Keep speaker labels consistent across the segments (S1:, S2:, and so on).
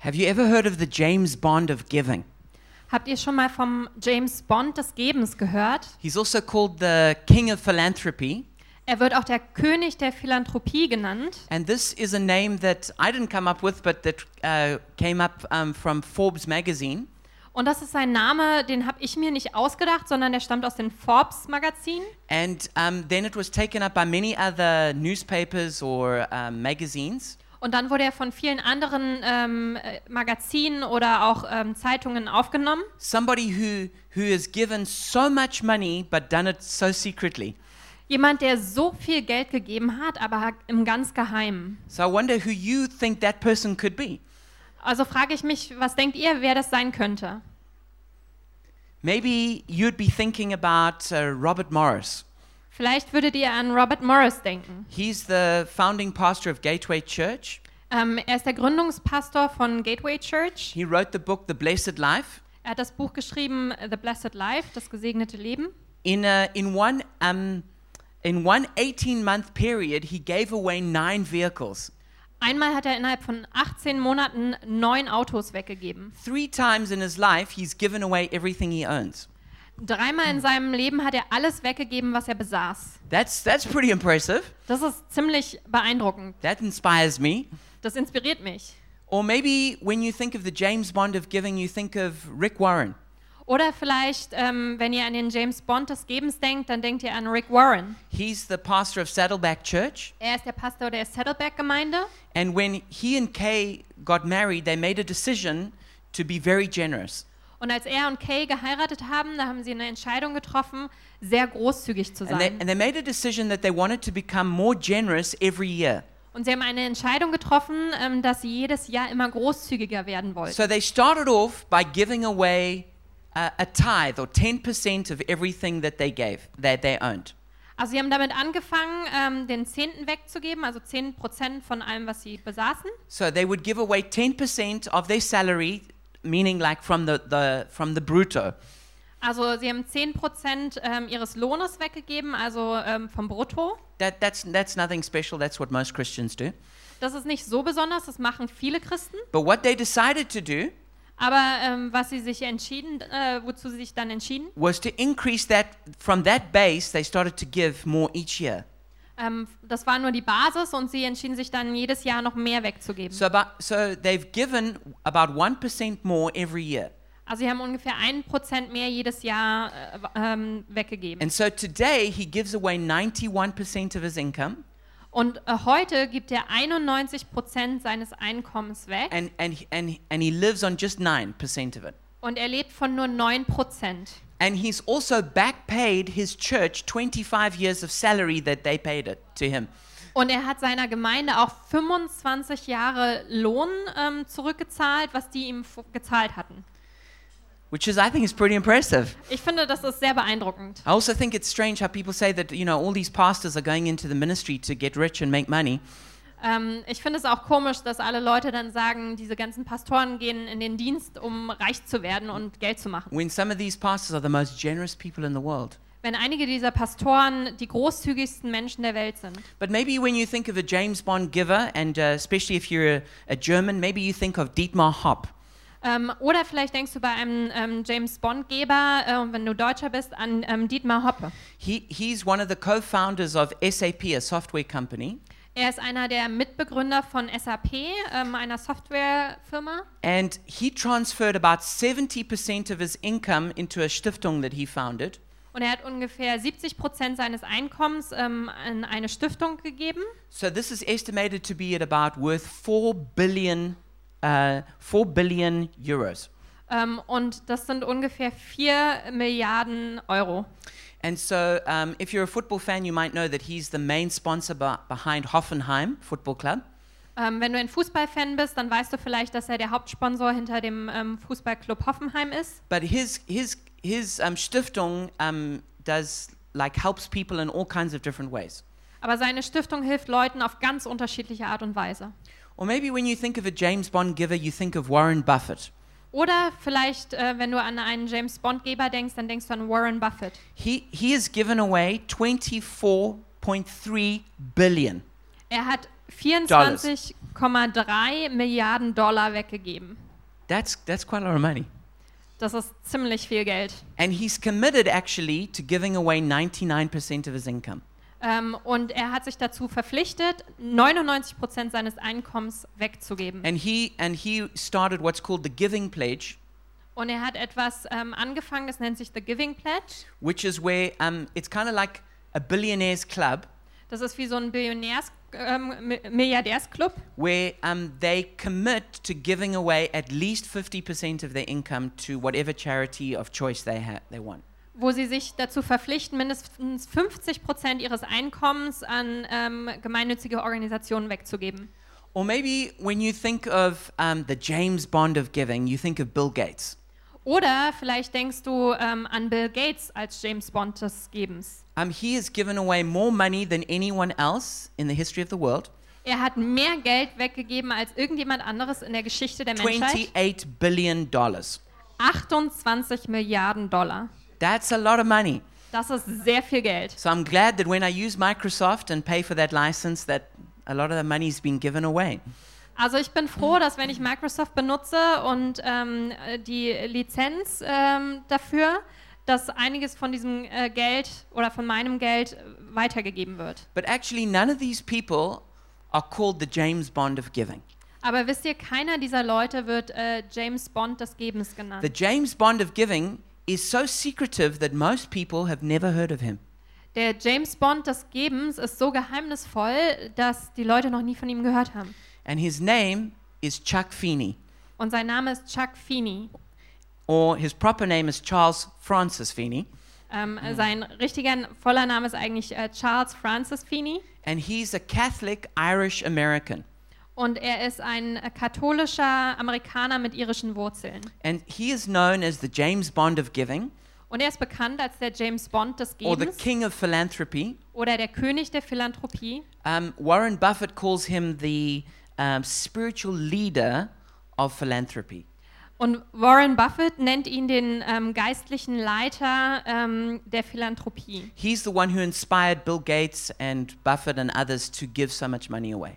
S1: Have you ever heard of the James Bond of giving?
S2: Habt ihr schon mal vom James Bond des Gebens gehört?
S1: He's also called the King of Philanthropy.
S2: Er wird auch der König der Philanthropie genannt.
S1: And this is a name that I didn't come up with, but that uh, came up um, from Forbes magazine.
S2: Und das ist sein Name, den habe ich mir nicht ausgedacht, sondern der stammt aus dem Forbes-Magazin.
S1: And um, then it was taken up by many other newspapers or um, magazines.
S2: Und dann wurde er von vielen anderen ähm, äh, Magazinen oder auch ähm, Zeitungen aufgenommen.
S1: Somebody who, who has given so much money but done it so secretly.
S2: Jemand, der so viel Geld gegeben hat, aber im ganz Geheimen.
S1: So I wonder who you think that person could be.
S2: Also frage ich mich, was denkt ihr, wer das sein könnte?
S1: Maybe you'd be thinking about uh, Robert Morris.
S2: Vielleicht würdet ihr an Robert Morris denken.
S1: He's the founding pastor of Gateway Church.
S2: Ähm, er ist der Gründungspastor von Gateway Church.
S1: He wrote the book The Blessed Life.
S2: Er hat das Buch geschrieben, äh, The Blessed Life, das gesegnete Leben.
S1: In, a, in, one, um, in one 18 month period, he gave away nine vehicles.
S2: Einmal hat er innerhalb von 18 Monaten neun Autos weggegeben.
S1: Three times in his life, he's given away everything he owns.
S2: Dreimal in seinem Leben hat er alles weggegeben, was er besaß.
S1: That's, that's pretty impressive.
S2: Das ist ziemlich beeindruckend.
S1: That inspires me.
S2: Das inspiriert mich.
S1: Or maybe when you think of the James Bond of giving, you think of Rick Warren.
S2: Oder vielleicht, ähm, wenn ihr an den James Bond des Gebens denkt, dann denkt ihr an Rick Warren.
S1: He's the pastor of Saddleback Church.
S2: Er ist der Pastor der Saddleback-Gemeinde.
S1: And when he and Kay got married, they made a decision to be very generous.
S2: Und als er und Kay geheiratet haben, da haben sie eine Entscheidung getroffen, sehr großzügig zu
S1: And they,
S2: sein.
S1: and they made a decision that they wanted to become more generous every year.
S2: Und sie haben eine Entscheidung getroffen, ähm, dass sie jedes Jahr immer großzügiger werden wollten.
S1: So they started off by giving away uh, a tithe or 10% of everything that they gave, that they owned.
S2: Also sie haben damit angefangen, ähm, den Zehnten wegzugeben, also 10 Prozent von allem, was sie besaßen.
S1: So they would give away 10% of their salary, meaning like from the, the, from the brutto.
S2: Also sie haben 10 Prozent ähm, ihres Lohnes weggegeben, also ähm, vom Brutto.
S1: That, that's, that's nothing special, that's what most Christians do.
S2: Das ist nicht so besonders, das machen viele Christen.
S1: But what they decided to do
S2: Aber ähm, was sie sich entschieden, äh, wozu sie sich dann entschieden,
S1: was to increase that, from that base, they started to give more each year.
S2: ähm, das war nur die Basis und sie entschieden sich dann jedes Jahr noch mehr wegzugeben.
S1: So, about, so they've given about 1% more every year.
S2: Also sie haben ungefähr 1% mehr jedes Jahr äh, w- ähm, weggegeben.
S1: And so today he gives away 91% of his income
S2: Und äh, heute gibt er 91% seines Einkommens weg
S1: and, and, and, and he lives on just 9% of it.
S2: und er lebt von nur 9%.
S1: And he's also back paid his church 25 years of salary that they paid it to him.
S2: Und er hat seiner Gemeinde auch 25 Jahre Lohn ähm, zurückgezahlt, was die ihm f- gezahlt hatten.
S1: Which is, I think, is pretty impressive.
S2: Ich finde, das ist sehr beeindruckend.
S1: I also think it's strange how people say that, you know, all these pastors are going into the ministry to get rich and make money.
S2: Ähm, ich finde es auch komisch, dass alle Leute dann sagen, diese ganzen Pastoren gehen in den Dienst, um reich zu werden und Geld zu machen.
S1: When some of these pastors are the most generous people in the world.
S2: Wenn einige dieser Pastoren die großzügigsten Menschen der Welt sind.
S1: But maybe when you think of a James Bond giver, and uh, especially if you're a, a German, maybe you think of Dietmar Hopp.
S2: Ähm, oder vielleicht denkst du bei einem ähm, James Bond-Geber, äh, wenn du Deutscher bist, an ähm, Dietmar Hoppe.
S1: He, he's one of the co founders of SAP, a software company.
S2: Er ist einer der Mitbegründer von SAP, ähm, einer Softwarefirma.
S1: And he transferred about 70% of his income into a Stiftung that he founded.
S2: Und er hat ungefähr 70 Prozent seines Einkommens ähm, an eine Stiftung gegeben.
S1: So this is estimated to be at about worth 4 billion, uh, 4 billion euros.
S2: Ähm, und das sind ungefähr 4 Milliarden Euro.
S1: And so um, if you're a football fan, you might know that he's the main sponsor be- behind Hoffenheim Football Club.
S2: Ähm, wenn du ein Fußballfan bist, dann weißt du vielleicht, dass er der Hauptsponsor hinter dem ähm, Fußballclub Hoffenheim ist.
S1: But his, his, his um, Stiftung um, does like helps people in all kinds of different ways.
S2: Aber seine Stiftung hilft Leuten auf ganz unterschiedliche Art und Weise.
S1: Or maybe when you think of a James Bond giver, you think of Warren Buffett.
S2: Oder vielleicht, äh, wenn du an einen James Bond-Geber denkst, dann denkst du an Warren Buffett.
S1: He, he has given away 24.3 billion.
S2: Er hat 24,3 Milliarden Dollar weggegeben.
S1: That's, that's quite a lot of money.
S2: Das ist ziemlich viel Geld.
S1: And he's committed actually to giving away 99% of his income.
S2: Ähm, und er hat sich dazu verpflichtet, 99 Prozent seines Einkommens wegzugeben.
S1: And he, and he started what's called the Giving Pledge,
S2: Und er hat etwas ähm, angefangen, das nennt sich The Giving Pledge.
S1: which is where um, it's kind of like a billionaires club
S2: Das ist wie so ein Billionärs, ähm, Mi- Milliardärsclub.
S1: where um, they commit to giving away at least 50% of their income to whatever charity of choice they, ha- they want.
S2: wo sie sich dazu verpflichten, mindestens 50 Prozent ihres Einkommens an ähm, gemeinnützige Organisationen wegzugeben.
S1: Or maybe when you think of um, the James Bond of giving, you think of Bill Gates.
S2: Oder vielleicht denkst du ähm, an Bill Gates als James Bond des Gebens.
S1: Um, he has given away more money than anyone else in the history of the world
S2: Er hat mehr Geld weggegeben als irgendjemand anderes in der Geschichte der Menschheit.
S1: $28 billion.
S2: 28 Milliarden Dollar.
S1: That's a lot of money.
S2: Das ist sehr viel Geld.
S1: So I'm glad that when I use Microsoft and pay for that license, that a lot of the money's been given away.
S2: Also ich bin froh, dass wenn ich Microsoft benutze und ähm, die Lizenz ähm, dafür, dass einiges von diesem äh, Geld oder von meinem Geld äh, weitergegeben wird.
S1: But actually, none of these people are called the James Bond of giving.
S2: Aber wisst ihr, keiner dieser Leute wird äh, James Bond des Gebens
S1: The
S2: genannt.
S1: James Bond of giving is so secretive that most people have never heard of him.
S2: Der James Bond des Gebens ist so geheimnisvoll, dass die Leute noch nie von ihm gehört haben.
S1: And his name is Chuck Feeney,
S2: Und sein Name ist Chuck Feeney.
S1: or his proper name is Charles Francis Feeney.
S2: Ähm, Sein richtiger voller Name ist eigentlich äh, Charles Francis Feeney.
S1: And he's a Catholic Irish American.
S2: Und er ist ein äh, katholischer Amerikaner mit irischen Wurzeln.
S1: And he is known as the James Bond of giving,
S2: Und er ist bekannt als der James Bond des
S1: or the
S2: Gebens
S1: King of Philanthropy.
S2: oder der König der Philanthropie.
S1: Um, Warren Buffett calls him the um, spiritual leader of philanthropy.
S2: Und Warren Buffett nennt ihn den ähm, geistlichen Leiter ähm, der Philanthropie.
S1: He's the one who inspired Bill Gates and Buffett and others to give so much money away.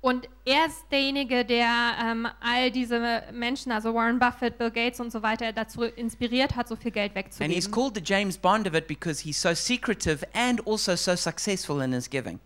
S2: Und er ist derjenige, der ähm, all diese Menschen, also Warren Buffett, Bill Gates und so weiter, dazu inspiriert hat, so viel Geld
S1: And he's
S2: wegzugeben.
S1: called the James Bond of it because he's so secretive and also so successful in his giving.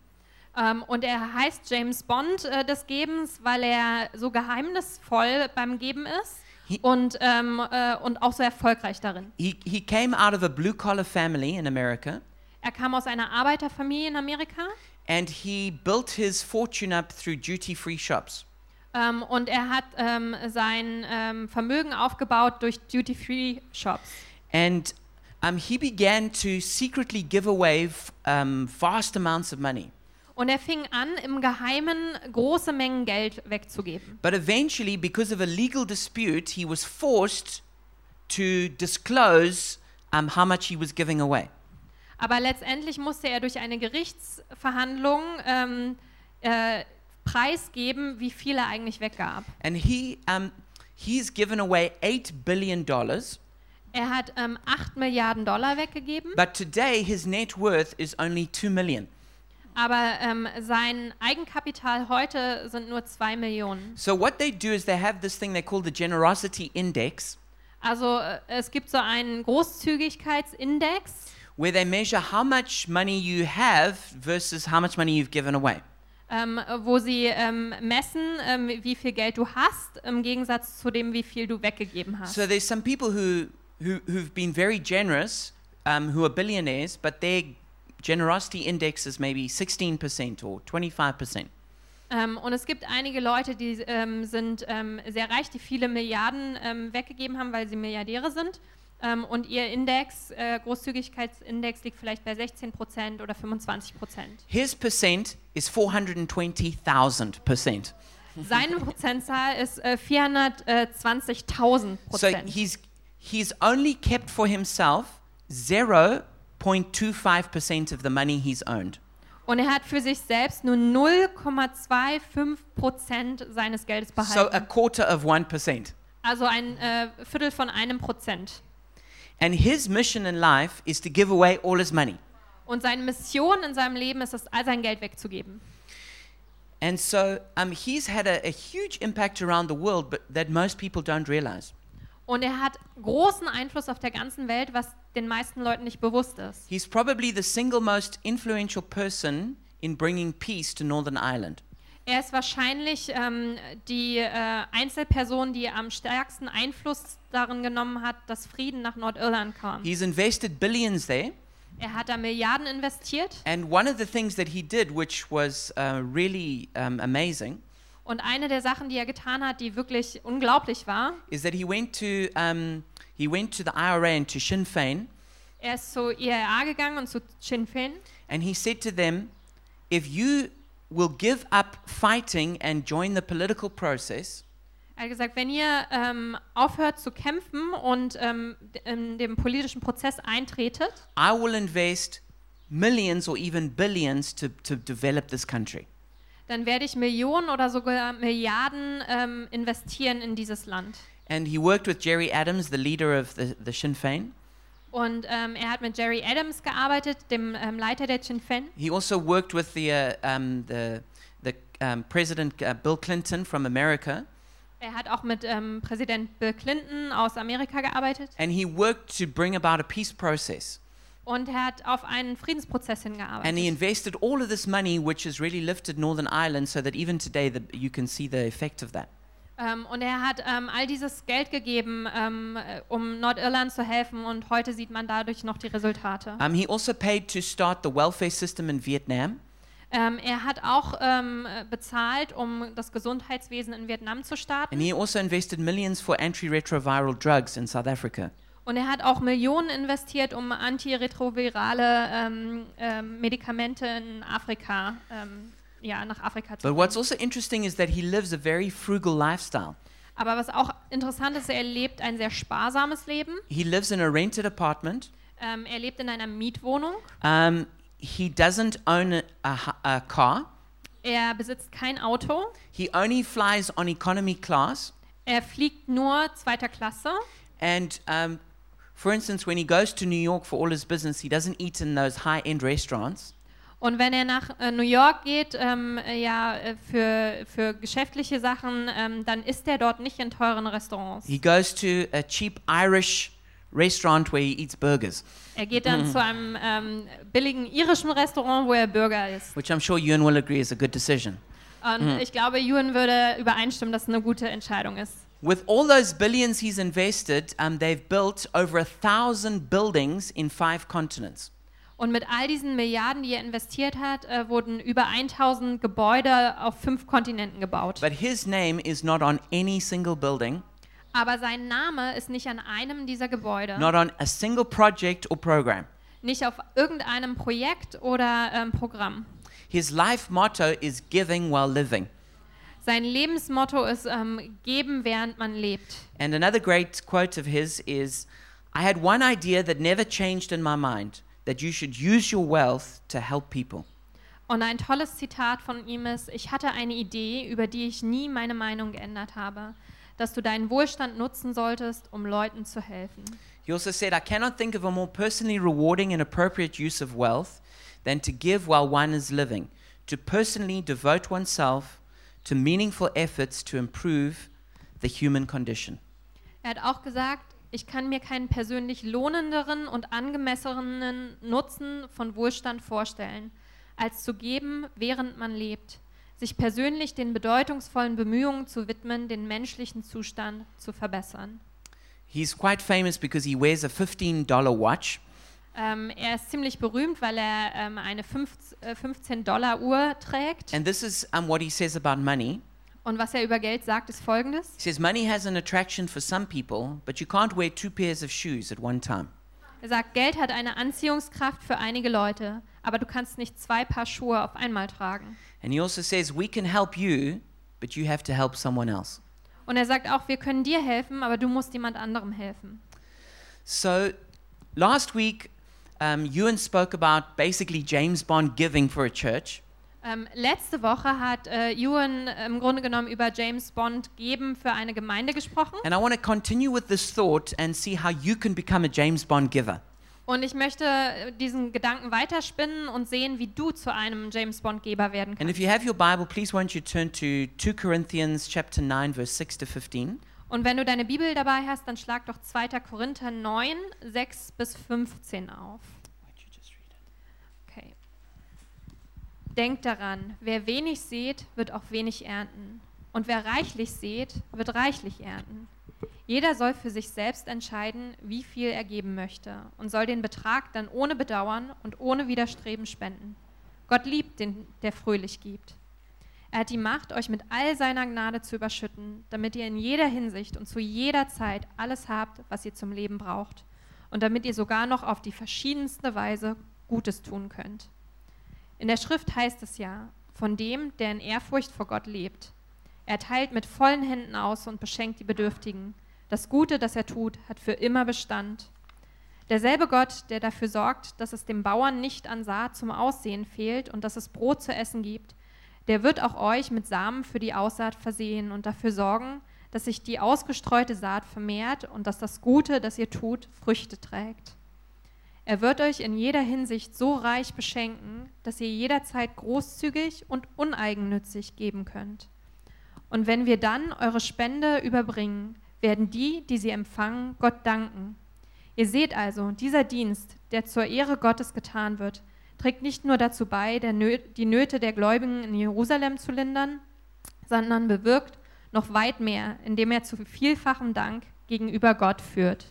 S2: Ähm, und er heißt James Bond äh, des Gebens, weil er so geheimnisvoll beim Geben ist
S1: He-
S2: und, ähm, äh, und auch so erfolgreich darin.
S1: He, he came out of a blue collar family in America
S2: Er kam aus einer Arbeiterfamilie in Amerika
S1: and he built his fortune up through duty free shops.
S2: ähm, und er hat ähm, sein ähm, Vermögen aufgebaut durch Duty-Free-Shops.
S1: And um, he began to secretly give away f- um, vast amounts of money.
S2: Und er fing an, im Geheimen große Mengen Geld wegzugeben.
S1: But eventually, because of a legal dispute, he was forced to disclose um, how much he was giving away.
S2: Aber letztendlich musste er durch eine Gerichtsverhandlung ähm, äh, preisgeben, wie viel er eigentlich weggab.
S1: And he, um, he's given away $8 billion,
S2: Er hat ähm, 8 Milliarden Dollar weggegeben,
S1: but today his net worth is only $2 million.
S2: aber ähm, sein Eigenkapital heute sind nur 2 Millionen.
S1: So, what they do is they have this thing they call the Generosity Index,
S2: Also äh, es gibt so einen Großzügigkeitsindex,
S1: where they measure how much money you have versus how much money you've given away.
S2: ähm, wo sie ähm, messen, ähm, wie viel Geld du hast, im Gegensatz zu dem, wie viel du weggegeben hast.
S1: So there's some people who, who who've been very generous, um, who are billionaires, but their generosity index is maybe 16% or 25%.
S2: Ähm, und es gibt einige Leute, die ähm, sind ähm, sehr reich, die viele Milliarden ähm, weggegeben haben, weil sie Milliardäre sind. Ähm, und ihr Index, äh, Großzügigkeitsindex, liegt vielleicht bei 16 Prozent oder 25 Prozent.
S1: His percent is 420,000 percent.
S2: Seine Prozentzahl ist äh, 420.000
S1: So
S2: Prozent.
S1: he's he's only kept for himself 0.25% of the money he's owned.
S2: und er hat für sich selbst nur 0,25 Prozent seines Geldes behalten.
S1: So äh, a quarter of 1%.
S2: Also ein äh, Viertel von einem Prozent.
S1: And his mission in life is to give away all his money.
S2: Und seine Mission in seinem Leben ist es, all sein Geld wegzugeben.
S1: And so um, he's had a, a huge impact around the world, but that most people don't realize.
S2: Und er hat großen Einfluss auf der ganzen Welt, was den meisten Leuten nicht bewusst ist.
S1: He's probably the single most influential person in bringing peace to Northern Ireland.
S2: Er ist wahrscheinlich ähm, die äh, Einzelperson, die am stärksten Einfluss darin genommen hat, dass Frieden nach Nordirland kam.
S1: He's invested billions there.
S2: Er hat da Milliarden investiert
S1: And one of the things that he did, which was uh, really um, amazing,
S2: und eine der Sachen, die er getan hat, die wirklich unglaublich war,
S1: is that he went to um, he went to the IRA and to Sinn Fein,
S2: er ist zu IRA gegangen und zu Sinn Féin
S1: and he said to them, "If you will give up fighting and join the political process,
S2: Er hat gesagt, wenn ihr ähm, aufhört zu kämpfen und ähm, d- in dem politischen Prozess eintretet,
S1: I will invest millions or even billions to, to develop this country."
S2: dann werde ich Millionen oder sogar Milliarden ähm, investieren in dieses Land.
S1: And he worked with Jerry Adams, the leader of the, the Sinn Fein.
S2: Und ähm, er hat mit Jerry Adams gearbeitet, dem ähm, Leiter der Sinn Féin.
S1: He also worked with the uh, um, the the um, President uh, Bill Clinton from America.
S2: Er hat auch mit ähm, Präsident Bill Clinton aus Amerika gearbeitet.
S1: and he worked to bring about a peace process.
S2: Und er hat auf einen Friedensprozess
S1: And he
S2: hingearbeitet.
S1: invested all of this money, which has really lifted Northern Ireland, so that even today the, you can see the effect of that.
S2: Ähm, und er hat ähm, all dieses Geld gegeben, ähm, äh, um Nordirland zu helfen. Und heute sieht man dadurch noch die Resultate.
S1: Um, he also paid to start the welfare system in Vietnam,
S2: Ähm, er hat auch ähm, äh, bezahlt, um das Gesundheitswesen in Vietnam zu starten.
S1: and he also invested millions for antiretroviral drugs in South Africa.
S2: Und er hat auch Millionen investiert, um antiretrovirale ähm, ähm, Medikamente in Afrika, ähm, ja, nach Afrika zu
S1: But what's
S2: bringen.
S1: also interesting is that he lives a very frugal lifestyle.
S2: Aber was auch interessant ist, er lebt ein sehr sparsames Leben.
S1: He lives in a rented apartment.
S2: Ähm, er lebt in einer Mietwohnung.
S1: Um, he doesn't own a, a hu- a car.
S2: Er besitzt kein Auto.
S1: He only flies on economy class.
S2: Er fliegt nur zweiter Klasse.
S1: And um, for instance, when he goes to New York for all his business, he doesn't eat in those high end restaurants.
S2: Und wenn er nach äh, New York geht, ähm, äh, ja, äh, für, für geschäftliche Sachen, ähm, dann isst er dort nicht in teuren Restaurants.
S1: He goes to a cheap Irish restaurant where he eats burgers,
S2: Er geht dann zu einem ähm, billigen irischen Restaurant, wo er Burger isst.
S1: which I'm sure you and will agree is a good decision.
S2: Und ich glaube, Ewan würde übereinstimmen, dass es eine gute Entscheidung ist.
S1: With all those billions he's invested, um, they've built over a thousand buildings in five continents.
S2: Und mit all diesen Milliarden, die er investiert hat, äh, wurden über 1000 Gebäude auf fünf Kontinenten gebaut.
S1: But his name is not on any single building,
S2: Aber sein Name ist nicht an einem dieser Gebäude,
S1: not on a single project or program.
S2: nicht auf irgendeinem Projekt oder ähm, Programm.
S1: His life motto is giving while living.
S2: Sein Lebensmotto ist ähm, geben, während man lebt.
S1: And another great quote of his is I had one idea that never changed in my mind that you should use your wealth to help people.
S2: Und ein tolles Zitat von ihm ist, ich hatte eine Idee, über die ich nie meine Meinung geändert habe, dass du deinen Wohlstand nutzen solltest, um Leuten zu helfen.
S1: He also said, I cannot think of a more personally rewarding and appropriate use of wealth than to give while one is living, to personally devote oneself to meaningful efforts to improve the human condition.
S2: Er hat auch gesagt, ich kann mir keinen persönlich lohnenderen und angemesseneren Nutzen von Wohlstand vorstellen, als zu geben, während man lebt, sich persönlich den bedeutungsvollen Bemühungen zu widmen, den menschlichen Zustand zu verbessern.
S1: He's quite famous because he wears a $15 watch.
S2: Ähm, er ist ziemlich berühmt, weil er ähm, eine 15-Dollar-Uhr trägt.
S1: And this is um, what he says about money.
S2: Und was er über Geld sagt, ist folgendes.
S1: He says, Money has an attraction for some people, but you can't wear two pairs of shoes at one time.
S2: Er sagt, Geld hat eine Anziehungskraft für einige Leute, aber du kannst nicht zwei Paar Schuhe auf einmal tragen.
S1: And he also says, We can help you, but you have to help someone else.
S2: Und er sagt auch, wir können dir helfen, aber du musst jemand anderem helfen.
S1: So last week, um, Ewan spoke about basically James Bond giving for a church.
S2: Ähm, letzte Woche hat äh, Ewan im Grunde genommen über James Bond geben für eine Gemeinde gesprochen.
S1: And I want to continue with this thought and see how you can become a James Bond giver.
S2: Und ich möchte äh, diesen Gedanken weiterspinnen und sehen, wie du zu einem James Bond-Geber werden
S1: And
S2: kannst.
S1: if you have your Bible, please won't you turn to 2 Corinthians chapter 9 verse 6 to 15.
S2: Und wenn du deine Bibel dabei hast, dann schlag doch 2. Korinther 9, 6 bis 15 auf. Okay. Denkt daran, wer wenig sät, wird auch wenig ernten. Und wer reichlich sät, wird reichlich ernten. Jeder soll für sich selbst entscheiden, wie viel er geben möchte und soll den Betrag dann ohne Bedauern und ohne Widerstreben spenden. Gott liebt den, der fröhlich gibt. Er hat die Macht, euch mit all seiner Gnade zu überschütten, damit ihr in jeder Hinsicht und zu jeder Zeit alles habt, was ihr zum Leben braucht. Und damit ihr sogar noch auf die verschiedenste Weise Gutes tun könnt. In der Schrift heißt es ja, von dem, der in Ehrfurcht vor Gott lebt. Er teilt mit vollen Händen aus und beschenkt die Bedürftigen. Das Gute, das er tut, hat für immer Bestand. Derselbe Gott, der dafür sorgt, dass es dem Bauern nicht an Saat zum Aussehen fehlt und dass es Brot zu essen gibt, der wird auch euch mit Samen für die Aussaat versehen und dafür sorgen, dass sich die ausgestreute Saat vermehrt und dass das Gute, das ihr tut, Früchte trägt. Er wird euch in jeder Hinsicht so reich beschenken, dass ihr jederzeit großzügig und uneigennützig geben könnt. Und wenn wir dann eure Spende überbringen, werden die, die sie empfangen, Gott danken. Ihr seht also, dieser Dienst, der zur Ehre Gottes getan wird, trägt nicht nur dazu bei, der Nö die Nöte der Gläubigen in Jerusalem zu lindern, sondern bewirkt noch weit mehr, indem er zu vielfachem Dank gegenüber Gott führt.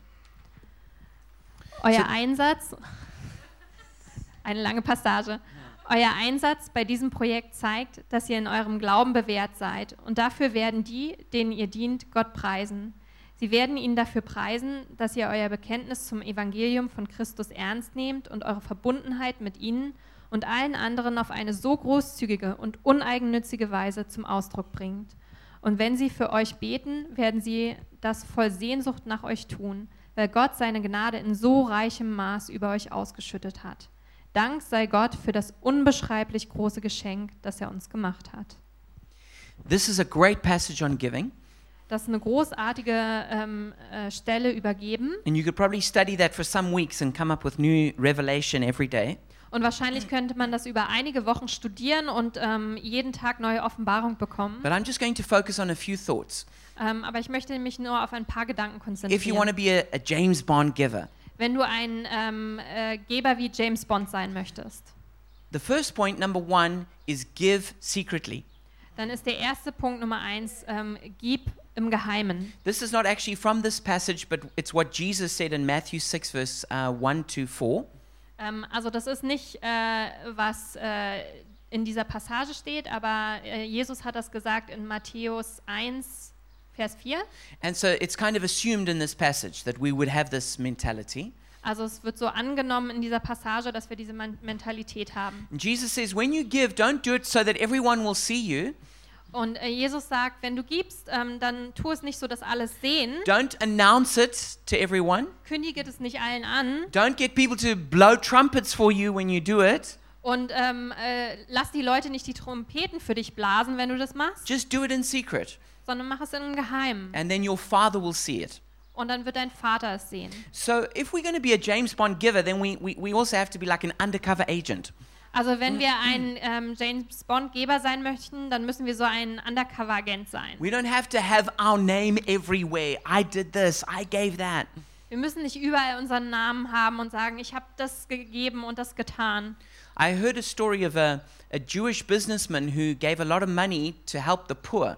S2: Euer
S1: So-
S2: Einsatz, eine lange Passage, euer Einsatz bei diesem Projekt zeigt, dass ihr in eurem Glauben bewährt seid. Und dafür werden die, denen ihr dient, Gott preisen. Sie werden ihn dafür preisen, dass ihr euer Bekenntnis zum Evangelium von Christus ernst nehmt und eure Verbundenheit mit ihnen und allen anderen auf eine so großzügige und uneigennützige Weise zum Ausdruck bringt. Und wenn sie für euch beten, werden sie das voll Sehnsucht nach euch tun, weil Gott seine Gnade in so reichem Maß über euch ausgeschüttet hat. Dank sei Gott für das unbeschreiblich große Geschenk, das er uns gemacht hat.
S1: This is a great passage on giving,
S2: Das ist eine großartige ähm, äh, Stelle übergeben.
S1: and you could probably study that for some weeks and come up with new revelation every day.
S2: Und wahrscheinlich könnte man das über einige Wochen studieren und ähm, jeden Tag neue Offenbarung bekommen.
S1: But I'm just going to focus on a few thoughts.
S2: Ähm, aber ich möchte mich nur auf ein paar Gedanken
S1: If you want to
S2: konzentrieren.
S1: be a, a James Bond giver,
S2: Wenn du ein ähm, äh, Geber wie James Bond sein möchtest,
S1: the first point, number one, is give secretly.
S2: dann ist der erste Punkt Nummer eins, ähm, gib im Geheimen.
S1: This is not actually from this passage, but it's what Jesus said in Matthew 6, verse uh, 1 to 4.
S2: Ähm, also das ist nicht, äh, was äh, in dieser Passage steht, aber äh, Jesus hat das gesagt in Matthäus 1, Vers 4.
S1: And so it's kind of assumed in this passage that we would have this mentality.
S2: Also es wird so angenommen in dieser Passage, dass wir diese Man Mentalität haben.
S1: And Jesus says, when you give, don't do it so that everyone will see you.
S2: Und äh, Jesus sagt, wenn du gibst, ähm, dann tu es nicht so, dass alles sehen,
S1: Don't announce it to everyone.
S2: kündige es nicht allen an
S1: Don't get people to blow trumpets for you when you do it.
S2: und ähm, äh, lass die Leute nicht die Trompeten für dich blasen, wenn du das machst,
S1: Just do it in secret,
S2: sondern mach es im Geheimen.
S1: and then your Father will see it.
S2: Und dann wird dein Vater es sehen.
S1: So if we're going to be a James Bond giver, then we, we, we also have to be like an undercover agent.
S2: Also wenn wir ein ähm, James Bond-Geber sein möchten, dann müssen wir so ein Undercover-Agent sein.
S1: We don't have to have our name everywhere. I did this, I gave that.
S2: Wir müssen nicht überall unseren Namen haben und sagen, ich habe das gegeben und das getan.
S1: I heard a story of a, a Jewish businessman who gave a lot of money to help the poor.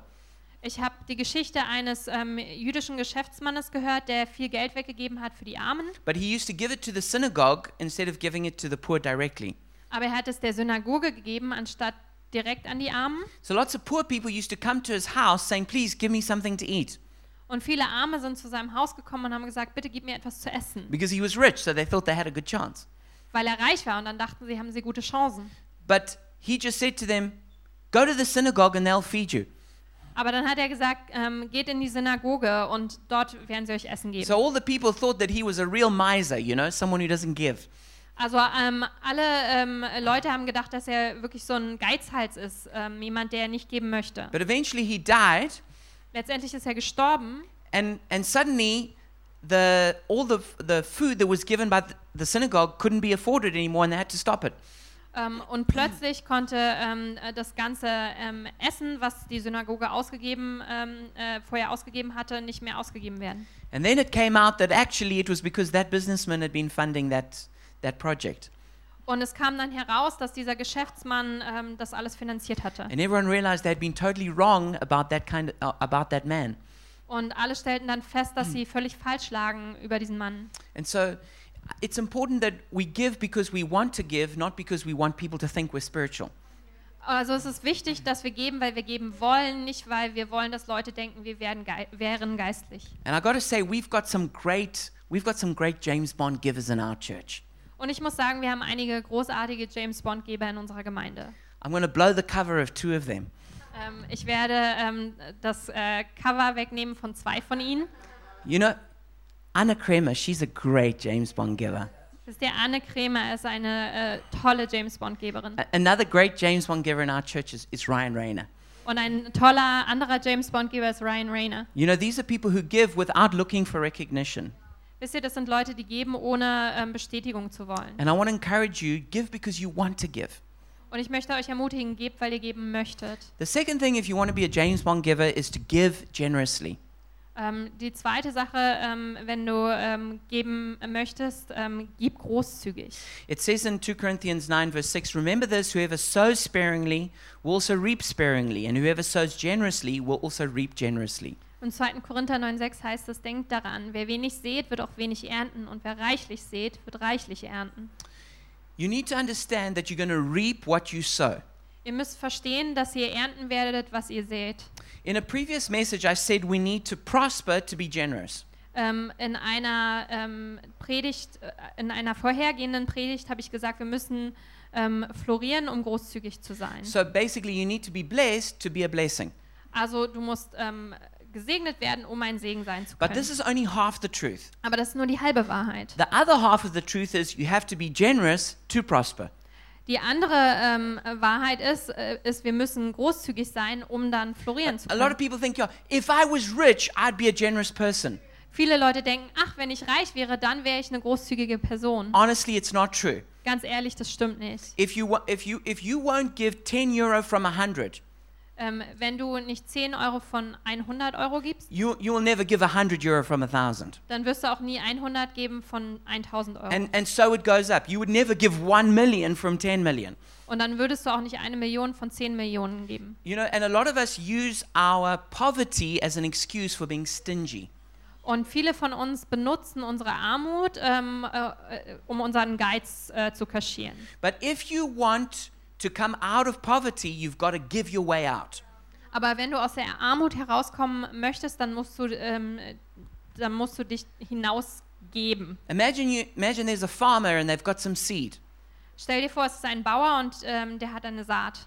S2: Ich habe die Geschichte eines ähm, jüdischen Geschäftsmannes gehört, der viel Geld weggegeben hat für die Armen,
S1: But he used to give it to the synagogue instead of giving it to the poor directly.
S2: aber er hat es der Synagoge gegeben, anstatt direkt an die Armen.
S1: So lots of poor people used to come to his house saying, Please give me something to eat.
S2: Und viele Arme sind zu seinem Haus gekommen und haben gesagt, bitte gib mir etwas zu essen,
S1: Because he was rich, so they thought they had a good chance.
S2: weil er reich war und dann dachten sie, haben sie gute Chancen.
S1: But he just said to them, Go to the synagogue and they'll feed you.
S2: Aber dann hat er gesagt, ähm, geht in die Synagoge und dort werden sie euch Essen geben.
S1: So all the people thought that he was a real miser, you know, someone who doesn't give.
S2: Also ähm, alle ähm, Leute haben gedacht, dass er wirklich so ein Geizhals ist, ähm, jemand, der nicht geben möchte.
S1: But eventually he died,
S2: Letztendlich ist er gestorben
S1: and, and suddenly the, all the, the food that was given by the, the synagogue couldn't be afforded anymore and they had to stop it.
S2: Ähm, und plötzlich konnte ähm, äh, das ganze ähm, Essen, was die Synagoge ausgegeben, ähm, äh, vorher ausgegeben hatte, nicht mehr ausgegeben werden.
S1: And then it came out that actually it was because that businessman had been funding that, that project.
S2: Und es kam dann heraus, dass dieser Geschäftsmann ähm, das alles finanziert hatte.
S1: And everyone realized they'd been totally wrong about that, kind of, uh, about that man.
S2: Und alle stellten dann fest, dass sie völlig falsch lagen über diesen Mann.
S1: And so it's important that we give because we want to give, not because we want people to think we're spiritual.
S2: Also es ist wichtig, dass wir geben, weil wir geben wollen, nicht weil wir wollen, dass Leute denken, wir werden gei wären geistlich.
S1: And I got to say, we've got some great, we've got some great James Bond givers in our church.
S2: Und ich muss sagen, wir haben einige großartige James Bond-Geber in unserer Gemeinde.
S1: I'm going to blow the cover of two of them.
S2: Ähm, ich werde ähm, das äh, Cover wegnehmen von zwei von ihnen.
S1: You know, Anna Kremer, she's a great James Bond giver.
S2: Das ist der Anne Kremer, ist eine äh, tolle James Bond-Geberin.
S1: A- another great James Bond giver in our church is, is Ryan Rayner.
S2: Und ein toller anderer James Bond-Geber ist Ryan Rayner.
S1: You know, these are people who give without looking for recognition.
S2: Wisst ihr, das sind Leute, die geben, ohne ähm, Bestätigung zu wollen.
S1: And I want to encourage you give because you want to give.
S2: Und ich möchte euch ermutigen, gebt, weil ihr geben möchtet.
S1: The second thing, if you want to be a James Bond giver, is to give generously.
S2: Ähm, die zweite Sache, ähm, wenn du ähm, geben möchtest, ähm, gib großzügig.
S1: It says in 2 Corinthians 9, verse 6 Remember this, whoever sows sparingly will also reap sparingly, and whoever sows generously will also reap generously.
S2: Im 2. Korinther 9,6 heißt es: Denkt daran, wer wenig sät, wird auch wenig ernten, und wer reichlich sät, wird reichlich ernten.
S1: You need to understand that you're going to reap what you sow.
S2: Ihr müsst verstehen, dass ihr ernten werdet, was ihr sät.
S1: In a previous message, I said we need to prosper to be generous.
S2: Ähm, in einer ähm, Predigt, äh, in einer vorhergehenden Predigt habe ich gesagt, wir müssen ähm, florieren, um großzügig zu sein.
S1: So basically, you need to be blessed to be a blessing.
S2: Also du musst ähm, gesegnet werden, um ein Segen sein zu
S1: But this
S2: können.
S1: is only half the truth.
S2: Aber das ist nur die halbe Wahrheit.
S1: The other half of the truth is you have to be generous to prosper.
S2: Die andere ähm, Wahrheit ist, äh, ist, wir müssen großzügig sein, um dann florieren zu
S1: A lot of
S2: können.
S1: people think, yeah, if I was rich, I'd be a generous person.
S2: Viele Leute denken, ach, wenn ich reich wäre, dann wäre ich eine großzügige Person.
S1: Honestly, it's not true.
S2: Ganz ehrlich, das stimmt nicht.
S1: If you, wa- if you, if you won't give 10 euro from 100,
S2: Ähm, wenn du nicht 10 Euro von 100 Euro gibst,
S1: you, you will never give 100 euro from 1,000.
S2: dann wirst du auch nie 100 geben von 1000 Euro.
S1: And, and so it goes up. You would never give 1 million from 10 million.
S2: Und dann würdest du auch nicht eine Million von 10 Millionen geben.
S1: You know, and a lot of us use our poverty as an excuse for being stingy.
S2: Und viele von uns benutzen unsere Armut, ähm, äh, äh, um unseren Geiz äh, zu kaschieren.
S1: But if you want to come out of poverty, you've got to give your way out.
S2: Aber wenn du aus der Armut herauskommen möchtest, dann musst du, ähm, dann musst du dich hinausgeben.
S1: Imagine you imagine there's a farmer and they've got some seed.
S2: Stell dir vor, es ist ein Bauer und ähm, der hat eine Saat.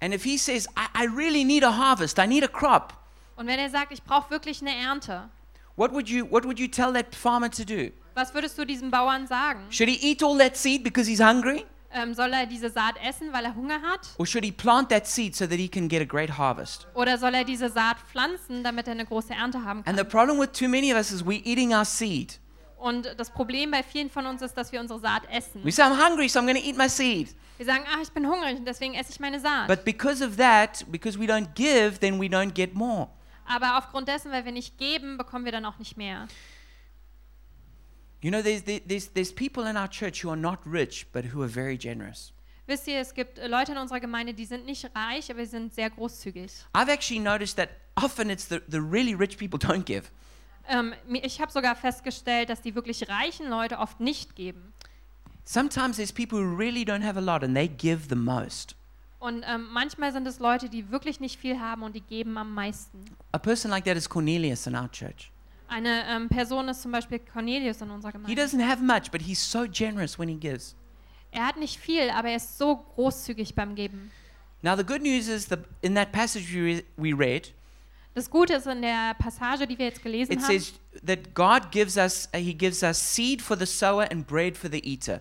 S1: And if he says, I, I really need a harvest, I need a crop,
S2: Und wenn er sagt, ich brauche wirklich eine Ernte,
S1: what would you what would you tell that farmer to do?
S2: was würdest du diesem Bauern sagen?
S1: Should he eat all that seed because he's hungry?
S2: Ähm, soll er diese Saat essen, weil er Hunger hat?
S1: Or should he plant that seed so that he can get a great harvest?
S2: Oder soll er diese Saat pflanzen, damit er eine große Ernte haben
S1: And
S2: kann?
S1: the problem with too many of us is we're eating our seed.
S2: Und das Problem bei vielen von uns ist, dass wir unsere Saat essen.
S1: We say, I'm hungry, so I'm going to eat my seed.
S2: Wir sagen, ah, ich bin hungrig und deswegen esse ich meine Saat.
S1: But because of that, because we don't give, then we don't get more.
S2: Aber aufgrund dessen, weil wir nicht geben, bekommen wir dann auch nicht mehr.
S1: You know, there's, there- there's, there's people in our church who are not rich, but who are very generous.
S2: Wisst ihr, es gibt äh, Leute in unserer Gemeinde, die sind nicht reich, aber sie sind sehr großzügig.
S1: I've actually noticed that often it's the, the really rich people don't give.
S2: Ähm, mi- ich habe sogar festgestellt, dass die wirklich reichen Leute oft nicht geben.
S1: Sometimes there's people who really don't have a lot and they give the most.
S2: Und ähm, manchmal sind es Leute, die wirklich nicht viel haben und die geben am meisten.
S1: A person like that is Cornelius in our church.
S2: Eine ähm, Person ist zum Beispiel Cornelius in unserer
S1: He
S2: Gemeinde.
S1: doesn't have much, but he's so generous when he gives.
S2: Er hat nicht viel, aber er ist so großzügig beim Geben.
S1: Now, the good news is that in that passage we, re- we read,
S2: Das Gute ist in der Passage, die wir jetzt gelesen
S1: it
S2: haben,
S1: says that God gives us, uh, He gives us seed for the sower and bread for the eater.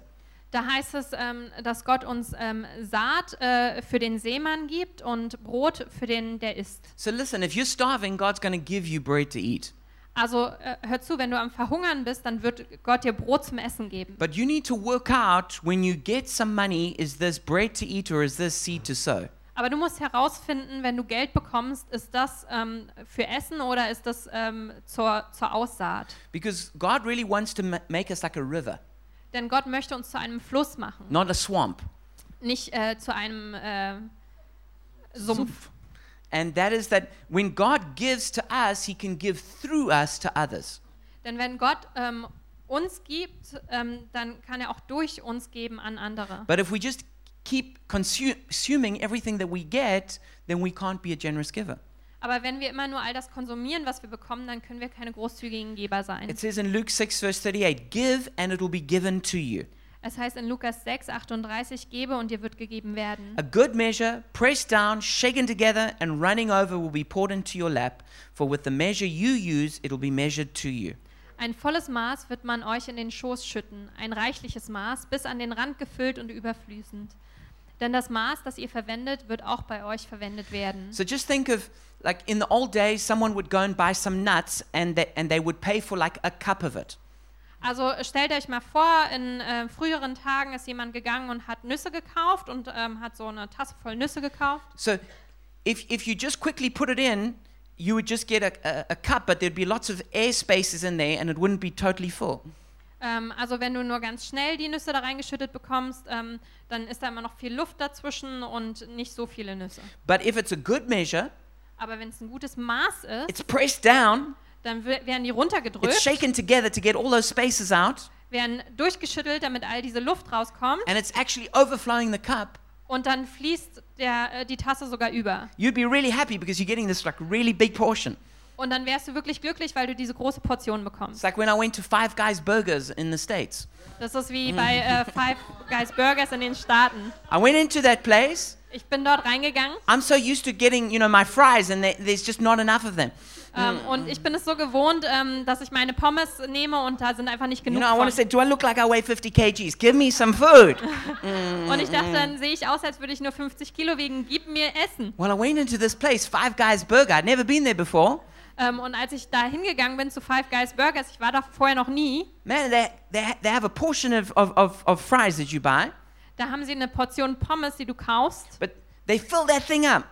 S2: Da heißt es, ähm, dass Gott uns ähm, Saat äh, für den Seemann gibt und Brot für den, der isst.
S1: So listen, if you're starving, God's going to give you bread to eat.
S2: Also äh, hör zu, wenn du am Verhungern bist, dann wird Gott dir Brot zum Essen geben.
S1: But you need to work out when you get some money is this bread to eat or is this seed to sow?
S2: Aber du musst herausfinden, wenn du Geld bekommst, ist das ähm, für Essen oder ist das ähm, zur, zur Aussaat?
S1: Because God really wants to ma- make us like a river,
S2: Denn Gott möchte uns zu einem Fluss machen,
S1: not a swamp.
S2: nicht äh, zu einem äh, Sumpf.
S1: And that is that when God gives to us, He can give through us to others.
S2: Denn wenn Gott ähm, uns gibt, ähm, dann kann er auch durch uns geben an andere.
S1: But if we just keep consu- consuming everything that we get, then we can't be a generous giver.
S2: Aber wenn wir immer nur all das konsumieren, was wir bekommen, dann können wir keine großzügigen Geber sein.
S1: It says in Luke 6, verse 38 Give and it will be given to you.
S2: Es heißt in Lukas 6, 38, gebe und dir wird gegeben werden.
S1: A good measure, pressed down, shaken together, and running over will be poured into your lap. For with the measure you use, it'll be measured to you.
S2: Ein volles Maß wird man euch in den Schoß schütten, ein reichliches Maß, bis an den Rand gefüllt und überfließend. Denn das Maß, das ihr verwendet, wird auch bei euch verwendet werden.
S1: So just think of like in the old days, someone would go and buy some nuts and they, and they would pay for like a cup of it.
S2: Also äh, stellt euch mal vor, in äh, früheren Tagen ist jemand gegangen und hat Nüsse gekauft und ähm, hat so eine Tasse voll Nüsse gekauft.
S1: So if, if you just quickly put it in, you would just get a, a, a cup, but there'd be lots of air spaces in there and it wouldn't be totally full.
S2: Ähm, also wenn du nur ganz schnell die Nüsse da reingeschüttet bekommst, ähm, dann ist da immer noch viel Luft dazwischen und nicht so viele Nüsse.
S1: But if it's a good measure,
S2: Aber wenn es ein gutes Maß ist,
S1: it's pressed down,
S2: dann we- werden die
S1: it's
S2: runtergedrückt,
S1: shaken together to get all those spaces out,
S2: werden durchgeschüttelt, damit all diese Luft rauskommt
S1: and it's actually overflowing the cup.
S2: und dann fließt der, äh, die Tasse sogar über.
S1: You'd be really happy because you're getting this like really big portion.
S2: Und dann wärst du wirklich glücklich, weil du diese große Portion
S1: It's
S2: bekommst.
S1: like when I went to Five Guys Burgers in the States.
S2: Das ist wie bei äh, Five Guys Burgers in den Staaten.
S1: I went into that place.
S2: Ich bin dort reingegangen
S1: I'm so used to getting, you know, my fries, and there- there's just not enough of them.
S2: ähm,
S1: Hm,
S2: und ich bin es so gewohnt, ähm, dass ich meine Pommes nehme und da sind einfach nicht
S1: You
S2: genug.
S1: know, I want to
S2: von.
S1: say, do I look like I weigh 50 kgs? Give me some food.
S2: Und ich dachte, dann sehe ich aus, als würde ich nur 50 Kilo wiegen. Gib mir Essen.
S1: Well, I went into this place, Five Guys Burger. I'd never been there before.
S2: Ähm, und als ich da hingegangen bin zu Five Guys Burgers, ich war da vorher noch nie,
S1: Man, they, they, ha- they have a portion of, of, of, of fries that you buy,
S2: da haben sie eine Portion Pommes, die du kaufst.
S1: but they fill that thing up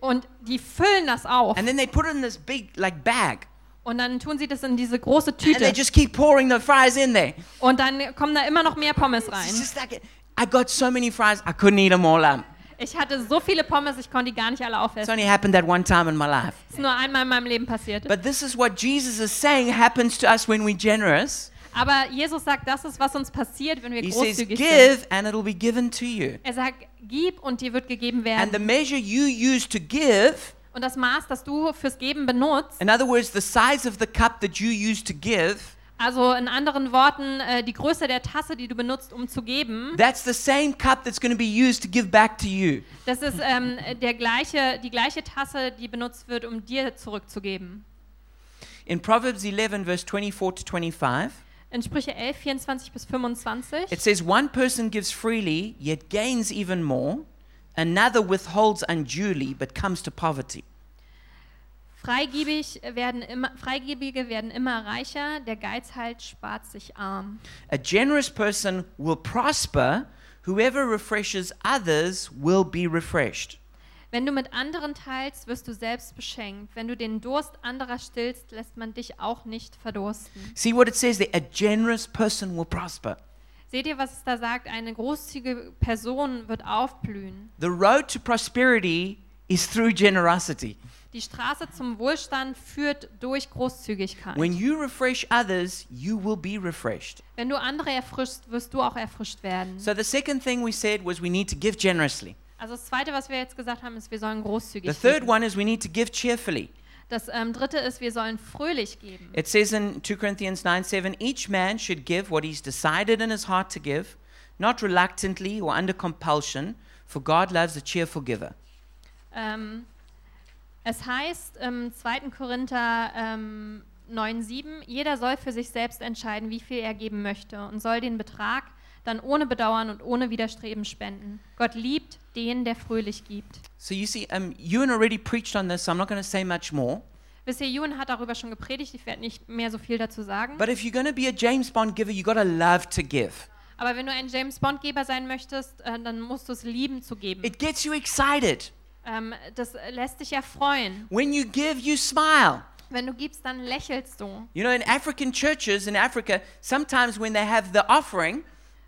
S2: Und die füllen das auf.
S1: and then they put it in this big, like, bag.
S2: Und dann tun sie das in diese große
S1: And they
S2: Tüte.
S1: just keep pouring the fries in there.
S2: Und dann kommen da immer noch mehr Pommes
S1: It's
S2: rein.
S1: just like, I got so many fries, I couldn't eat them all up.
S2: Ich hatte so viele Pommes, ich konnte die gar nicht alle
S1: It's
S2: aufessen.
S1: only happened that one time in my life.
S2: Das ist nur einmal in meinem Leben passiert.
S1: But this is what Jesus is saying happens to us when we're generous.
S2: Aber Jesus sagt, das ist, was uns passiert, wenn wir
S1: He says,
S2: großzügig sind.
S1: Give and it'll be given to you.
S2: Er sagt, gib und dir wird gegeben
S1: And the
S2: werden.
S1: measure you use to give,
S2: Und das Maß, das du fürs Geben benutzt,
S1: in other words, the size of the cup that you use to give,
S2: Also in anderen Worten, äh, die Größe der Tasse, die du benutzt, um zu geben,
S1: that's the same cup that's going to be used to give back to you.
S2: das ist ähm, der gleiche, die gleiche Tasse, die benutzt wird, um dir zurückzugeben.
S1: In Proverbs 11, verse 24 to 25,
S2: In Sprüche 11, 24 bis
S1: it
S2: 25.
S1: says, One person gives freely, yet gains even more. Another withholds unduly, but comes to poverty.
S2: Freigebig werden immer, Freigebige werden immer reicher, der Geiz halt spart sich arm.
S1: A generous person will prosper. Whoever refreshes others will be refreshed.
S2: Wenn du mit anderen teilst, wirst du selbst beschenkt. Wenn du den Durst anderer stillst, lässt man dich auch nicht verdursten.
S1: See what it says there? A generous person will prosper.
S2: Seht ihr, was es da sagt? Eine großzügige Person wird aufblühen.
S1: The road to prosperity is through generosity.
S2: Die Straße zum Wohlstand führt durch Großzügigkeit.
S1: When you refresh others, you will be refreshed.
S2: Wenn du andere erfrischst, wirst du auch erfrischt werden.
S1: So the second thing we said was we need to give generously.
S2: Also das Zweite, was wir jetzt gesagt haben, ist, wir sollen großzügig
S1: The third
S2: geben.
S1: one is we need to give cheerfully.
S2: Das ähm, Dritte ist, wir sollen fröhlich geben.
S1: It says in 2 Corinthians 9 7, each man should give what he's decided in his heart to give, not reluctantly or under compulsion, for God loves a cheerful giver.
S2: Ähm, es heißt im 2. Korinther ähm, 9,7, jeder soll für sich selbst entscheiden, wie viel er geben möchte und soll den Betrag dann ohne Bedauern und ohne Widerstreben spenden. Gott liebt den, der fröhlich gibt.
S1: So you see, um, Ewan already preached on this, so I'm not going to say much more.
S2: Bisher Ewan hat darüber schon gepredigt, ich werde nicht mehr so viel dazu sagen.
S1: But if you're going to be a James Bond giver, you got to love to give.
S2: Aber wenn du ein James Bond-Geber sein möchtest, äh, dann musst du es lieben zu geben.
S1: It gets you excited.
S2: Ähm, das lässt dich ja freuen.
S1: When you give, you smile.
S2: Wenn du gibst, dann lächelst du.
S1: You know, in African churches in Africa, sometimes when they have the offering,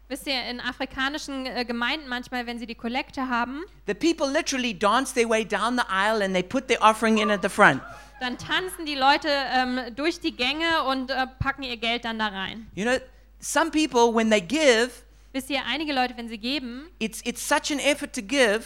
S2: Wisst ihr, in afrikanischen äh, Gemeinden manchmal, wenn sie die Kollekte haben,
S1: the people literally dance their way down the aisle and they put their offering in at the front.
S2: dann tanzen die Leute ähm, durch die Gänge und äh, packen ihr Geld dann da rein.
S1: You know, some people when they give,
S2: Wisst ihr, einige Leute, wenn sie geben,
S1: it's it's such an effort to give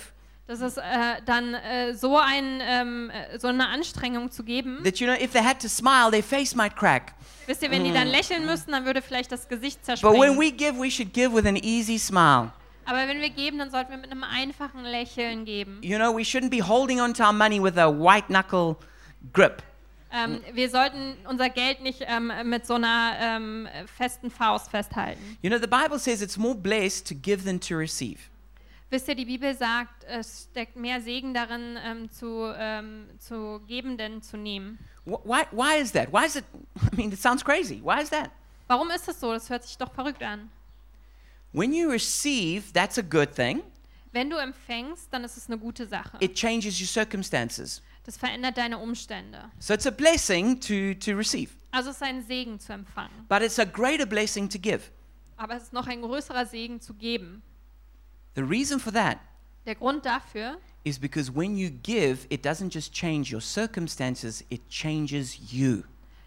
S2: das ist äh, dann äh, so, ein, ähm, äh, so eine Anstrengung zu geben.
S1: that you know if they had to smile, their face might crack.
S2: Wisst ihr, wenn die dann lächeln müssten, dann würde vielleicht das Gesicht
S1: Mm. But when
S2: zerspringen.
S1: we give, we should give with an easy smile.
S2: Aber wenn wir geben, dann sollten wir mit einem einfachen Lächeln geben.
S1: You know, we shouldn't be holding on to our money with a white knuckle grip.
S2: Ähm, wir sollten unser Geld nicht ähm, mit so einer ähm, festen Faust festhalten.
S1: You know, the Bible says it's more blessed to give than to receive.
S2: Wisst ihr, die Bibel sagt, es steckt mehr Segen darin, ähm, zu, ähm, zu geben, denn zu nehmen.
S1: Wh- Why, why is that? Why is it? I mean, it sounds crazy. Why is that?
S2: Warum ist das so? Das hört sich doch verrückt an.
S1: When you receive, that's a good thing.
S2: Wenn du empfängst, dann ist es eine gute Sache.
S1: It changes your circumstances.
S2: Das verändert deine Umstände.
S1: So it's a blessing to, to receive,
S2: Also es ist ein Segen zu empfangen.
S1: but it's a greater blessing to give.
S2: Aber es ist noch ein größerer Segen zu geben.
S1: The reason for that
S2: Der Grund dafür
S1: is because when you give, it doesn't just change your circumstances, it changes you.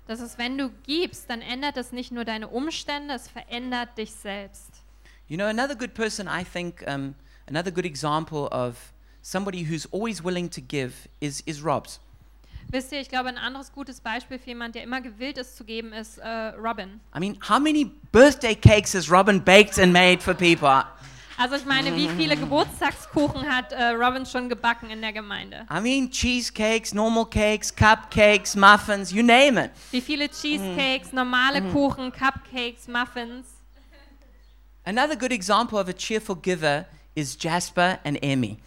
S2: Das ist, wenn du gibst, dann ändert es nicht nur deine Umstände, es verändert dich selbst.
S1: You know, another good person, I think, um, another good example of somebody who's always willing to give is, is Rob's.
S2: Wisst ihr, ich glaube, ein anderes gutes Beispiel für jemanden, der immer gewillt ist zu geben, ist äh, Robin.
S1: I mean, how many birthday cakes has Robin baked and made for people?
S2: Also ich meine, wie viele Geburtstagskuchen hat äh, Robin schon gebacken in der Gemeinde?
S1: I mean, cheesecakes, normal cakes, cupcakes, muffins, you name it.
S2: Wie viele Cheesecakes, normale Kuchen, Cupcakes, Muffins?
S1: Another good example of a cheerful giver is Jasper and Emmy.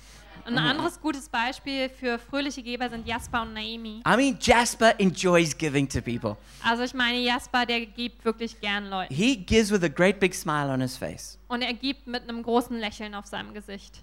S2: Ein anderes gutes Beispiel für fröhliche Geber sind Jasper und Naomi.
S1: I mean, Jasper enjoys giving to people.
S2: Also ich meine, Jasper, der gibt wirklich gern Leuten.
S1: He gives with a great big smile on his face.
S2: Und er gibt mit einem großen Lächeln auf seinem Gesicht.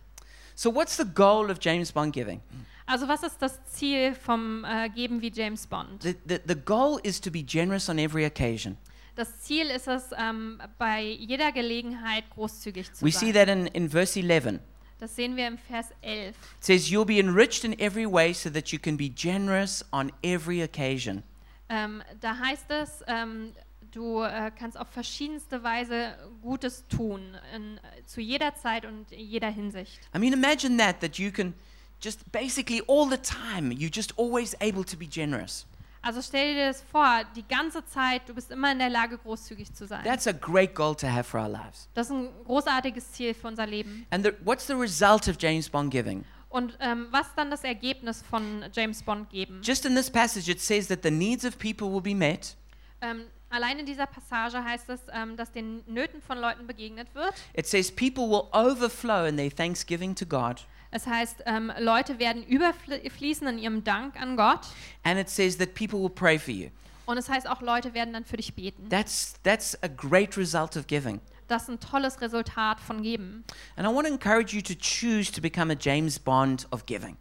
S1: So, what's the goal of James Bond giving?
S2: Also was ist das Ziel vom äh, Geben wie James Bond?
S1: The, the, the goal is to be generous on every occasion.
S2: Das Ziel ist es, ähm, bei jeder Gelegenheit großzügig zu
S1: We see
S2: sein.
S1: that in, in verse 11.
S2: Das sehen wir im Vers 11.
S1: It says, You'll be enriched in every way so that you can be generous on every occasion.
S2: Ähm, da heißt es, ähm, du äh, kannst auf verschiedenste Weise Gutes tun, in, zu jeder Zeit und in jeder Hinsicht.
S1: I mean, imagine that, that you can just basically all the time, you're just always able to be generous.
S2: Also stell dir das vor, die ganze Zeit, du bist immer in der Lage, großzügig zu sein.
S1: That's a great goal to have for our lives.
S2: Das ist ein großartiges Ziel für unser Leben.
S1: And the, what's the result of James Bond giving?
S2: Und ähm, was dann das Ergebnis von James Bond geben?
S1: Just in this passage, it says that the needs of people will be met.
S2: Ähm, allein in dieser Passage heißt es, ähm, dass den Nöten von Leuten begegnet wird.
S1: It says people will overflow in their thanksgiving to God.
S2: Es heißt, ähm, Leute werden überfließen in ihrem Dank an Gott.
S1: And it says that people will pray for you.
S2: Und es heißt auch, Leute werden dann für dich beten.
S1: That's, that's a great result of giving.
S2: Das ist ein tolles Resultat von Geben.
S1: And I want to encourage you to choose to become a James Bond of giving.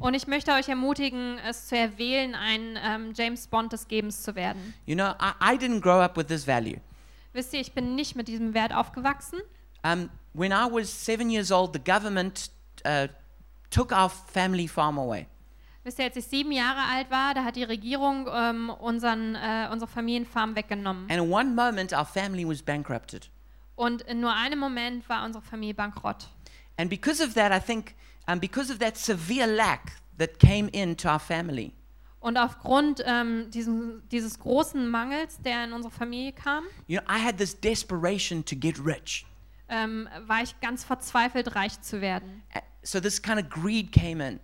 S2: Und ich möchte euch ermutigen, es zu erwählen, ein ähm, James Bond des Gebens zu werden.
S1: You know, I, I didn't grow up with this value.
S2: Wisst ihr, ich bin nicht mit diesem Wert aufgewachsen.
S1: Um, when I was seven years old, the government uh, took our family farm away.
S2: Wisst ihr, als ich sieben Jahre alt war, da hat die Regierung ähm, unseren, äh, unsere Familienfarm weggenommen.
S1: And in one moment, our family was bankrupted.
S2: Und in nur einem Moment war unsere Familie bankrott.
S1: And because of that, I think, um, because of that severe lack that came into our family,
S2: Und aufgrund ähm, diesen, dieses großen Mangels, der in unsere Familie kam,
S1: you know, I had this desperation to get rich.
S2: ähm, war ich ganz verzweifelt, reich zu werden.
S1: Uh, So this kind of greed came in.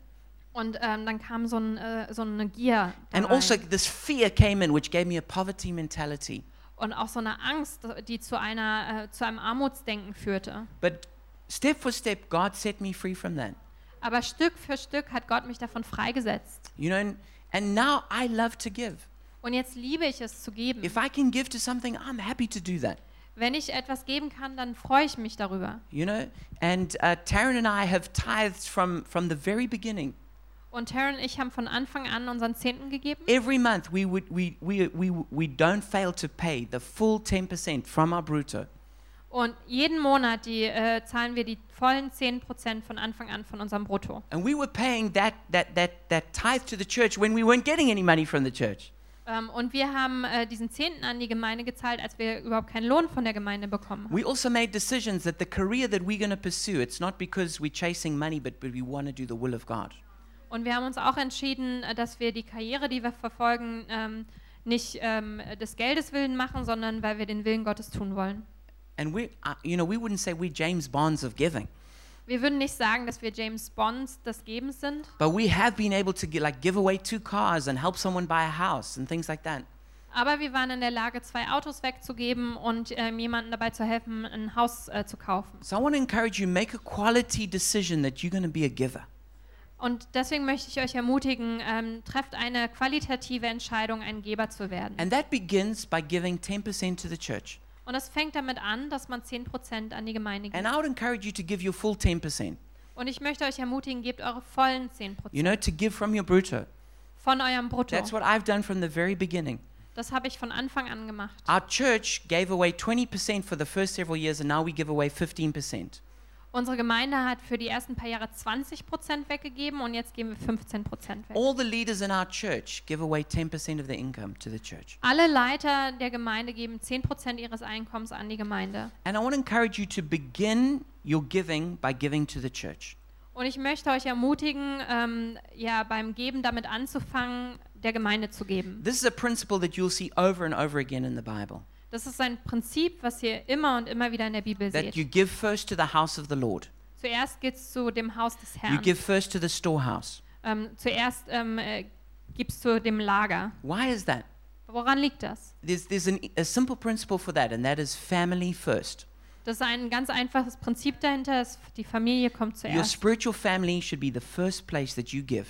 S2: Und ähm, dann kam so, ein, äh, so eine Gier. da
S1: And
S2: rein.
S1: also this fear came in, which gave me a poverty mentality.
S2: Und auch so eine Angst, die zu, einer, äh, zu einem Armutsdenken führte.
S1: But step for step, God set me free from that.
S2: Aber Stück für Stück hat Gott mich davon freigesetzt.
S1: You know, and, And now I love to give.
S2: Und jetzt liebe ich es zu geben.
S1: If I can give to something, I'm happy to do that.
S2: Wenn ich etwas geben kann, dann freue ich mich darüber.
S1: You know, and uh, Taryn and I have tithed from from the very beginning.
S2: Und Taryn und ich haben von Anfang an unseren Zehnten gegeben.
S1: Every month we would we we we we don't fail to pay the full ten percent from our bruto.
S2: Und jeden Monat die, äh, zahlen wir die vollen 10% von Anfang an von unserem Brutto.
S1: And we were paying that that that that tithe to the church when we weren't getting any money from the church.
S2: Ähm, und wir haben äh, diesen Zehnten an die Gemeinde gezahlt, als wir überhaupt keinen Lohn von der Gemeinde bekommen haben.
S1: We also made decisions that the career that we're going to pursue, it's not because we're chasing money, but, but we want to do the will of God.
S2: Und wir haben uns auch entschieden, äh, dass wir die Karriere, die wir verfolgen, ähm, nicht ähm, des Geldes willen machen, sondern weil wir den Willen Gottes tun wollen.
S1: And we, uh, you know, we wouldn't say we're James Bonds of giving,
S2: Wir würden nicht sagen, dass wir James Bonds des Gebens sind,
S1: but we have been able to get, like give away two cars and help someone buy a house and things like that.
S2: aber wir waren in der Lage, zwei Autos wegzugeben und ähm, jemandem dabei zu helfen, ein Haus äh, zu kaufen.
S1: So I want to encourage you: make a quality decision that you're going to be a giver.
S2: Und deswegen möchte ich euch ermutigen, ähm, trefft eine qualitative Entscheidung, ein Geber zu werden.
S1: And that begins by giving 10% to the church.
S2: Und das fängt damit an, dass man 10% an die Gemeinde gibt.
S1: And I would encourage you to give your full 10%.
S2: Und ich möchte euch ermutigen, gebt eure vollen 10%
S1: You know, to give from your bruto.
S2: von eurem Brutto.
S1: That's what I've done from the very beginning.
S2: Das habe ich von Anfang an gemacht.
S1: Our church gave away 20% for the first several years, and now we give away 15%.
S2: Unsere Gemeinde hat für die ersten paar Jahre 20% weggegeben und jetzt geben wir 15% weg.
S1: All the leaders in our church give away 10% of their income to the church.
S2: Alle Leiter der Gemeinde geben 10% ihres Einkommens an die Gemeinde.
S1: And I want to encourage you to begin your giving by giving to the church.
S2: Und ich möchte euch ermutigen, ähm, ja, beim Geben damit anzufangen, der Gemeinde zu geben.
S1: This is a principle that you'll see over and over again in the Bible
S2: Das ist ein Prinzip, was ihr immer und immer wieder in der Bibel
S1: that you
S2: seht.
S1: give first to the house of the Lord,
S2: Zuerst geht es zu dem Haus des
S1: you
S2: Herrn.
S1: give first to the storehouse.
S2: Ähm, zuerst ähm, äh, gibst du dem Lager.
S1: Why is that?
S2: Woran liegt das?
S1: There's, there's an, a simple principle for that, and that is family first.
S2: Das ist ein ganz einfaches Prinzip dahinter. Ist, die Familie kommt
S1: Your
S2: zuerst.
S1: spiritual family should be the first place that you give.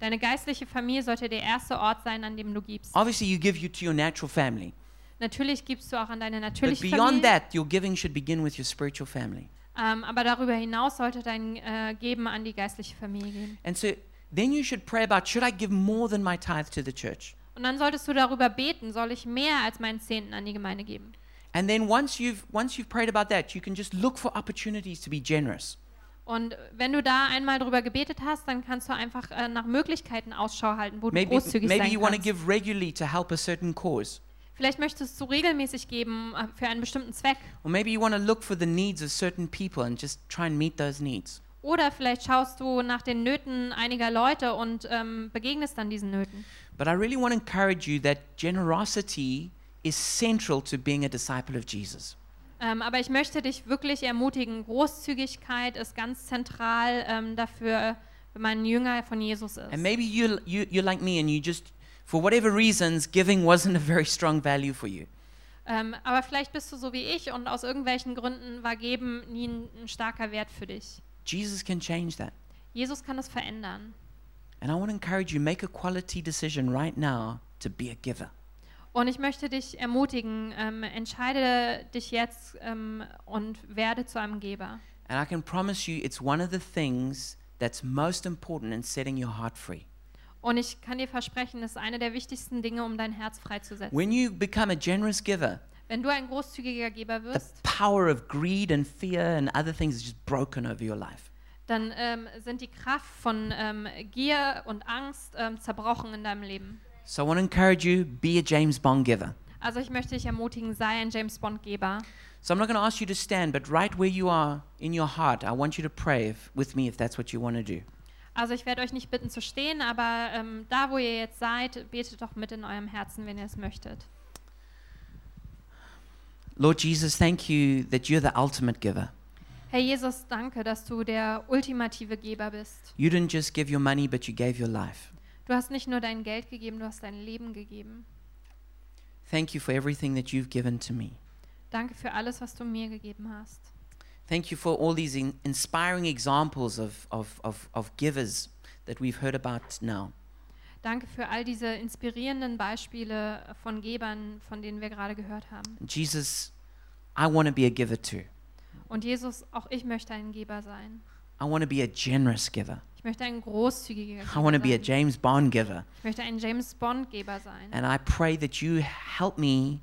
S2: Deine geistliche Familie sollte der erste Ort sein, an dem du gibst.
S1: Obviously, you give you to your natural family,
S2: Natürlich gibst du auch an deine
S1: but
S2: natürliche
S1: beyond
S2: Familie.
S1: that, your giving should begin with your spiritual family.
S2: Ähm, aber darüber hinaus sollte dein äh, Geben an die geistliche Familie gehen.
S1: And so then you should pray about should I give more than my tithe to the church?
S2: Und dann solltest du darüber beten, soll ich mehr als meinen Zehnten an die Gemeinde geben?
S1: And then once you've once you've prayed about that, you can just look for opportunities to be generous.
S2: Und wenn du da einmal drüber gebetet hast, dann kannst du einfach äh, nach Möglichkeiten Ausschau halten, wo du
S1: Maybe
S2: großzügig
S1: maybe you
S2: sein
S1: want to
S2: kannst.
S1: give regularly to help a certain cause,
S2: Vielleicht möchtest du regelmäßig geben äh, für einen bestimmten Zweck.
S1: or maybe you want to look for the needs of certain people and just try and meet those needs.
S2: Oder vielleicht schaust du nach den Nöten einiger Leute und ähm, begegnest dann diesen Nöten.
S1: But I really want to encourage you that generosity is central to being a disciple of Jesus.
S2: Ähm, aber ich möchte dich wirklich ermutigen, Großzügigkeit ist ganz zentral ähm, dafür, wenn man ein Jünger von Jesus ist.
S1: And maybe you, you you're like me and you just for whatever reasons giving wasn't a very strong value for you.
S2: Ähm, aber vielleicht bist du so wie ich und aus irgendwelchen Gründen war Geben nie ein, ein starker Wert für dich.
S1: Jesus can change that.
S2: Jesus kann das verändern.
S1: And I want to encourage you make a quality decision right now to be a giver.
S2: Und ich möchte dich ermutigen, ähm, entscheide dich jetzt ähm, und werde zu einem Geber.
S1: And I can promise you it's one of the things that's most important in setting your heart free.
S2: Und ich kann dir versprechen, das ist eine der wichtigsten Dinge, um dein Herz freizusetzen.
S1: When you become a generous giver,
S2: Wenn du ein großzügiger Geber
S1: the
S2: wirst,
S1: power of greed and fear and other things is just broken over your life.
S2: dann ähm, sind die Kraft von ähm, Gier und Angst ähm, zerbrochen in deinem Leben.
S1: So I want to encourage you be a James Bond giver.
S2: Also ich möchte dich ermutigen, sei ein James Bond Geber.
S1: So I'm not going to ask you to stand, but right where you are in your heart, I want you to pray if, with me if that's what you want to do.
S2: Also ich werde euch nicht bitten zu stehen, aber ähm, da, wo ihr jetzt seid, betet doch mit in eurem Herzen, wenn ihr es möchtet.
S1: Lord Jesus, thank you that you're the ultimate giver.
S2: Herr Jesus, danke, dass du der ultimative Geber bist.
S1: You didn't just give your money, but you gave your life.
S2: Du hast nicht nur dein Geld gegeben, du hast dein Leben gegeben.
S1: Thank you for everything that you've given to me.
S2: Danke für alles, was du mir gegeben hast.
S1: Thank you for all these in- inspiring examples of, of, of, of givers that we've heard about now.
S2: Danke für all diese inspirierenden Beispiele von Gebern, von denen wir gerade gehört haben.
S1: Jesus, I want to be a giver too.
S2: Und Jesus, auch ich möchte ein Geber sein.
S1: I want to be a generous giver.
S2: Ich möchte ein großzügiger
S1: I want to
S2: Geber
S1: be a
S2: sein.
S1: James Bond giver.
S2: Ich möchte ein James Bond Geber sein.
S1: And I pray that you help me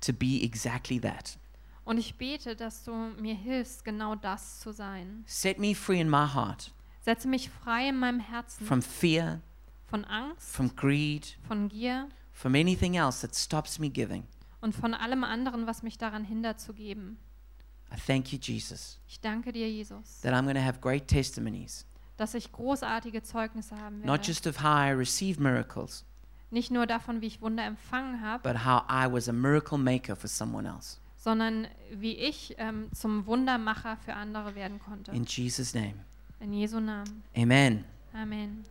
S1: to be exactly that.
S2: Und ich bete, dass du mir hilfst, genau das zu sein.
S1: Set me free in my heart
S2: Setze mich frei in meinem Herzen
S1: from fear,
S2: von Angst,
S1: from greed,
S2: von Gier
S1: from anything else that stops me giving.
S2: und von allem anderen, was mich daran hindert zu geben.
S1: I thank you, Jesus,
S2: Ich danke dir, Jesus,
S1: that I'm going to have great testimonies,
S2: dass ich großartige Zeugnisse haben
S1: not
S2: werde.
S1: just of how I receive miracles,
S2: Nicht nur davon, wie ich Wunder empfangen habe,
S1: but how I was a miracle maker for someone else.
S2: sondern wie ich ähm, zum Wundermacher für andere werden konnte.
S1: In Jesus' name,
S2: In Jesu Namen.
S1: amen.
S2: Amen.